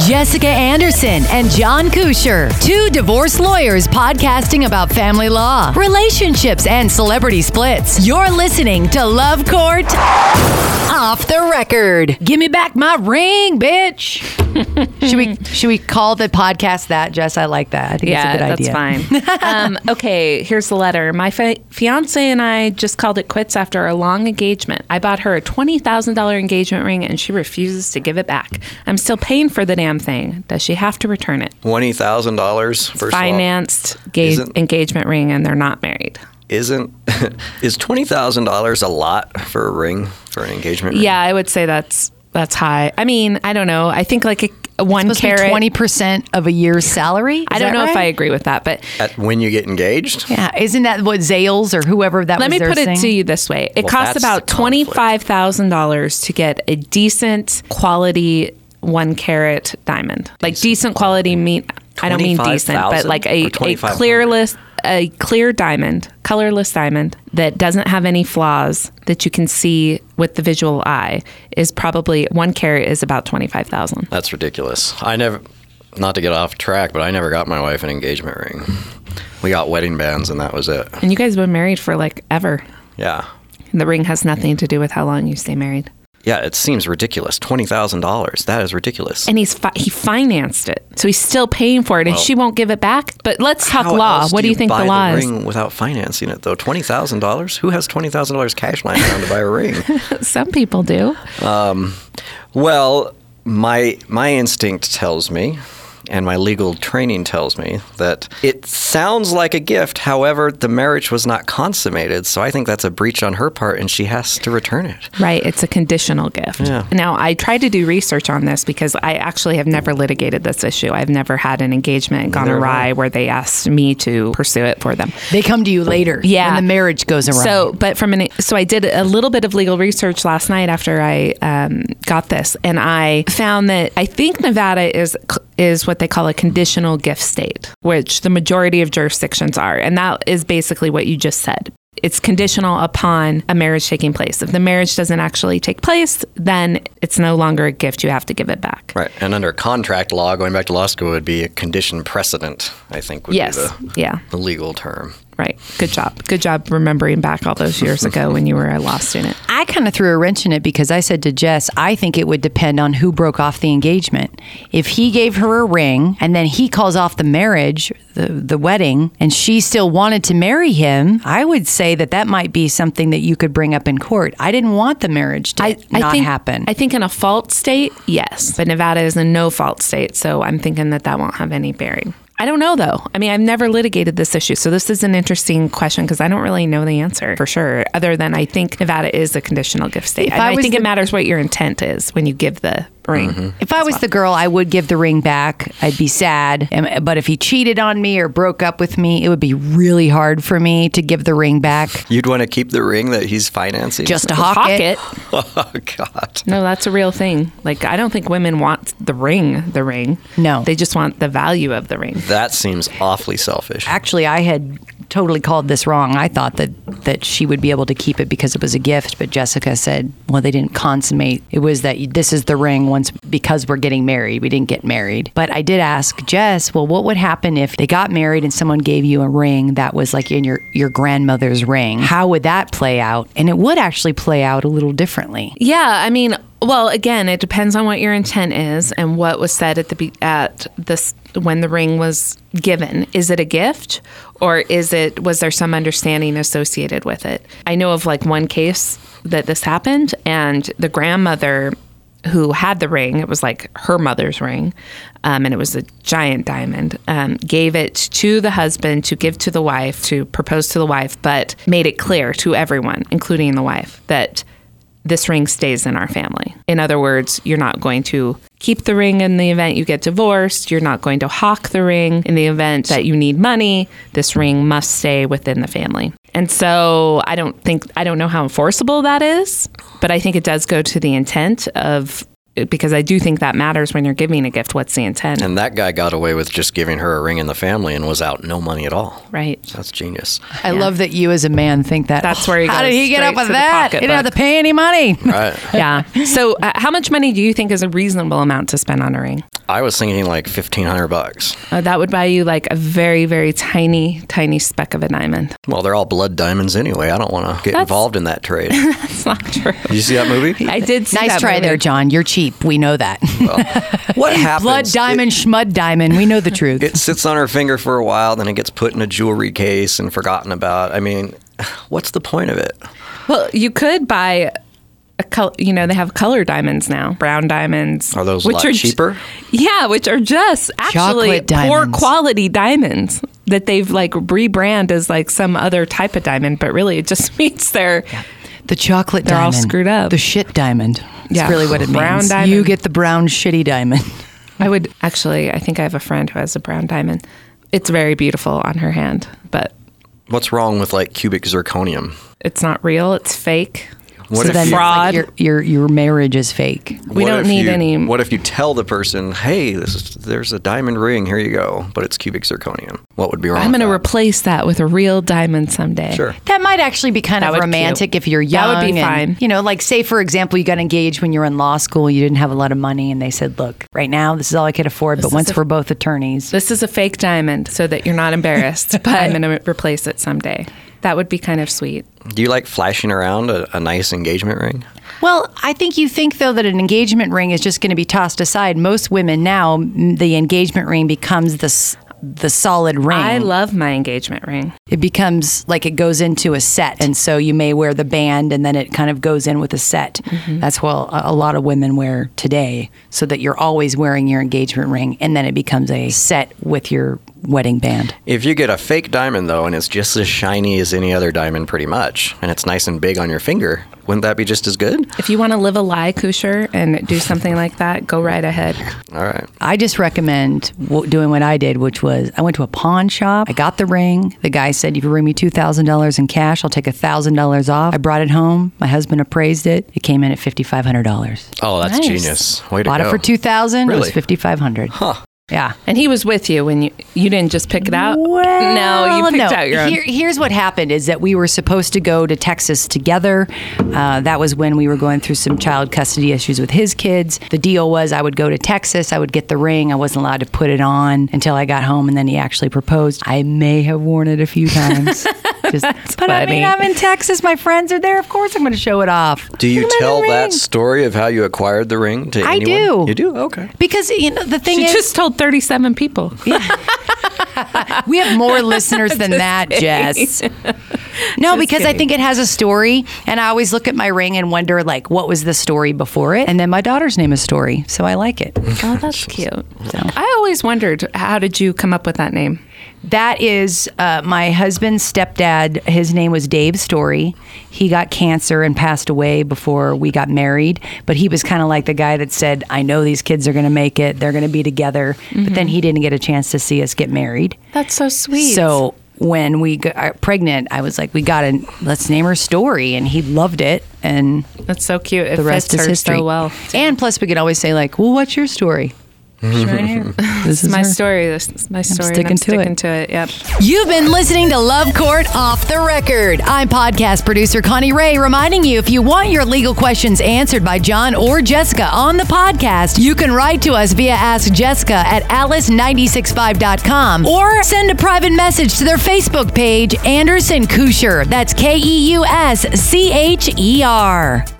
Jessica Anderson and John Kusher, two divorce lawyers podcasting about family law, relationships, and celebrity splits. You're listening to Love Court Off the Record. Give me back my ring, bitch. should we should we call the podcast that, Jess? I like that. I think it's yeah, a good idea. that's fine. um, okay, here's the letter. My fi- fiance and I just called it quits after a long engagement. I bought her a twenty thousand dollar engagement ring, and she refuses to give it back. I'm still paying for the damn thing. Does she have to return it? Twenty thousand dollars first Financed ga- Isn't- engagement ring, and they're not married. Of all, isn't is twenty thousand dollars a lot for a ring for an engagement ring? Yeah, I would say that's that's high. I mean, I don't know. I think like a, a one Supposed to be carat. twenty percent of a year's salary. Is I don't that know if I right? agree with that, but At when you get engaged. Yeah, isn't that what Zales or whoever that Let was me their put it saying? to you this way: it Well, costs that's about the conflict. twenty five thousand dollars to get a decent quality one carat diamond, like decent quality. Mean I don't mean decent, but 25,000 like a, or a 2,500? clearless, a clear diamond, colorless diamond that doesn't have any flaws that you can see with the visual eye is probably one carat is about twenty five thousand. That's ridiculous. I never, not to get off track, but I never got my wife an engagement ring. We got wedding bands, and that was it. And you guys have been married for like ever. Yeah, And the ring has nothing to do with how long you stay married. yeah. It seems ridiculous. Twenty thousand dollars. That is ridiculous. and he's fi- he financed it, so he's still paying for it, and she won't give it back. But let's talk How law. else What do you, think buy the law is? ring without financing it though? Twenty thousand dollars. Who has twenty thousand dollars cash lying around to buy a ring? Some people do. Well, my my instinct tells me and my legal training tells me that it sounds like a gift. However, the marriage was not consummated, so I think that's a breach on her part and she has to return it. Right, it's a conditional gift. Yeah. Now, I tried to do research on this because I actually have never litigated this issue. I've never had an engagement gone Neither have awry where they asked me to pursue it for them. They come to you later. Yeah. when the marriage goes around. So, but from an so I did a little bit of legal research last night after I um, got this, and I found that I think Nevada is is what they call a conditional gift state, which the majority of jurisdictions are, and that is basically what you just said. It's conditional upon a marriage taking place. If the marriage doesn't actually take place, then it's no longer a gift. You have to give it back. Right. And under contract law, going back to law school would be a condition precedent, I think would Yes. be the, Yeah. the legal term. Right. Good job. Good job remembering back all those years ago when you were a law student. I kind of threw a wrench in it because I said to Jess, I think it would depend on who broke off the engagement. If he gave her a ring and then he calls off the marriage, the, the wedding, and she still wanted to marry him, I would say that that might be something that you could bring up in court. I didn't want the marriage to not think, happen. I think in a fault state, yes, but Nevada is a no fault state, so I'm thinking that that won't have any bearing. I don't know though. I mean, I've never litigated this issue, so this is an interesting question because I don't really know the answer for sure. Other than I think Nevada is a conditional gift state, and I I, was think the- it matters what your intent is when you give the ring. If I was the girl, I would give the ring back. I'd be sad. Am- But if he cheated on me or broke up with me, it would be really hard for me to give the ring back You'd want to keep the ring that he's financing. just to hawk, Pocket. it. Oh God. No, that's a real thing. Like I don't think women want the ring, the ring. No. They just want the value of the ring. That seems awfully selfish. Actually, I had totally called this wrong. I thought that that she would be able to keep it because it was a gift, but Jessica said, "Well, they didn't consummate. It was that you- this is the ring once because we're getting married. We didn't get married." But I did ask Jess, "Well, what would happen if they got married and someone gave you a ring that was like in your your grandmother's ring? How would that play out?" And it would actually play out a little differently. Yeah, I mean, well, again, it depends on what your intent is and what was said at the be- at this when the ring was given. Is it a gift or is it was there some understanding associated with it? I know of like one case that this happened and the grandmother who had the ring, it was like her mother's ring, um, and it was a giant diamond, um, gave it to the husband to give to the wife, to propose to the wife, but made it clear to everyone, including the wife, that this ring stays in our family. In other words, you're not going to keep the ring in the event you get divorced. You're not going to hawk the ring in the event that you need money. This ring must stay within the family. And so I don't think, I don't know how enforceable that is, but I think it does go to the intent of because I do think that matters when you're giving a gift. What's the intent? And that guy got away with just giving her a ring in the family and was out no money at all. Right. That's genius. I love that you as a man think that. That's where he How goes did he get straight up with to the that? He didn't have pocketbook. to pay any money. Right. yeah. So, uh, how much money do you think is a reasonable amount to spend on a ring? I was thinking like 1500 bucks. Uh, that would buy you like a very, very tiny, tiny speck of a diamond. Well, they're all blood diamonds anyway. I don't want to get involved in that trade. Did That's not true. you see that movie? I did see Nice that try movie. there, John. You're cheap. We know that. What happens? Blood diamond, schmud diamond. We know the truth. It, it sits on her finger for a while, then it gets put in a jewelry case and forgotten about. I mean, what's the point of it? Well, you could buy a color. You know, they have color diamonds now, brown diamonds. Are those a lot are j- cheaper? yeah, which are just actually Chocolate poor diamonds. quality diamonds that they've like rebrand as like some other type of diamond, but really it just means they're The chocolate They're all diamond. screwed up. The shit diamond. That's Yeah. really what it means. Brown diamond. You get the brown shitty diamond. I would actually. I think I have a friend who has a brown diamond. It's very beautiful on her hand, but What's wrong with like cubic zirconium? it's not real. It's fake. What so then it's like Fraud. your, your your marriage is fake. We what don't if need you- any- What if you tell the person, "Hey, this is, there's a diamond ring. Here you go," but it's cubic zirconium. What would be wrong? I'm with going to that? replace that with a real diamond someday. Sure. That might actually be kind That of would romantic cute. if you're young. That would be and, fine. You know, like say for example, you got engaged when you were in law school, you didn't have a lot of money, and they said, "Look, right now this is all I could afford, but is once a- we're both attorneys, This is a fake diamond so that you're not embarrassed, but I'm going to replace it someday. That would be kind of sweet. Do you like flashing around a, a nice engagement ring? Well, I think you think though that an engagement ring is just going to be tossed aside. Most women now, m- the engagement ring becomes the s- the solid ring. I love my engagement ring. it becomes like it goes into a set, and so you may wear the band, and then it kind of goes in with a set. That's what a, a lot of women wear today, so that you're always wearing your engagement ring, and then it becomes a set with your wedding band. If you get a fake diamond though, and it's just as shiny as any other diamond, pretty much, and it's nice and big on your finger, wouldn't that be just as good? If you want to live a lie, Kusher, and do something like that, go right ahead. All right. I just recommend w- doing what I did, which was I went to a pawn shop. I got the ring. The guy said, "If you bring me two thousand dollars in cash, I'll take thousand dollars off." I brought it home. My husband appraised it. It came in at fifty five hundred dollars. Oh, that's Nice. genius. Way to Bought go. it for two thousand. It was Really? fifty five hundred. Huh. Yeah. And he was with you when you you didn't just pick it out. no, you Well, picked no. out your own. Here- here's what happened is that we were supposed to go to Texas together. Uh, that was when we were going through some child custody issues with his kids. The deal was I would go to Texas, I would get the ring. I wasn't allowed to put it on until I got home, and then he actually proposed. I may have worn it a few times. Just, but I mean, funny. I'm in Texas. My friends are there. Of course, I'm going to show it off. Do you Look at my tell ring. that story of how you acquired the ring to I do. anyone? You do? Okay. Because you know the thing She is, just told 37 people. We have more listeners than that, Jess. No, because I kidding. think it has a story, and I always look at my ring and wonder, like, what was the story before it? And then my daughter's name is Story, so I like it. Oh, that's cute. I always wondered, how did you come up with that name? That is uh, my husband's stepdad. His name was Dave Story. He got cancer and passed away before we got married, but he was kind of like the guy that said, I know these kids are going to make it, they're going to be together. But then he didn't get a chance to see us get married. That's so sweet. So when we got pregnant, I was like, we got to let's name her story, and he loved it, and that's so cute. It the rest fits is her history. so well. And plus, we could always say like, well, what's your story? This is my her. story. This is my story. and sticking I'm to it. sticking to it. Yep. You've been listening to Love Court Off the Record. I'm podcast producer Connie Ray reminding you if you want your legal questions answered by John or Jessica on the podcast, you can write to us via Ask Jessica at alice965.com or send a private message to their Facebook page, Anderson Kusher. That's K E U S C H E R.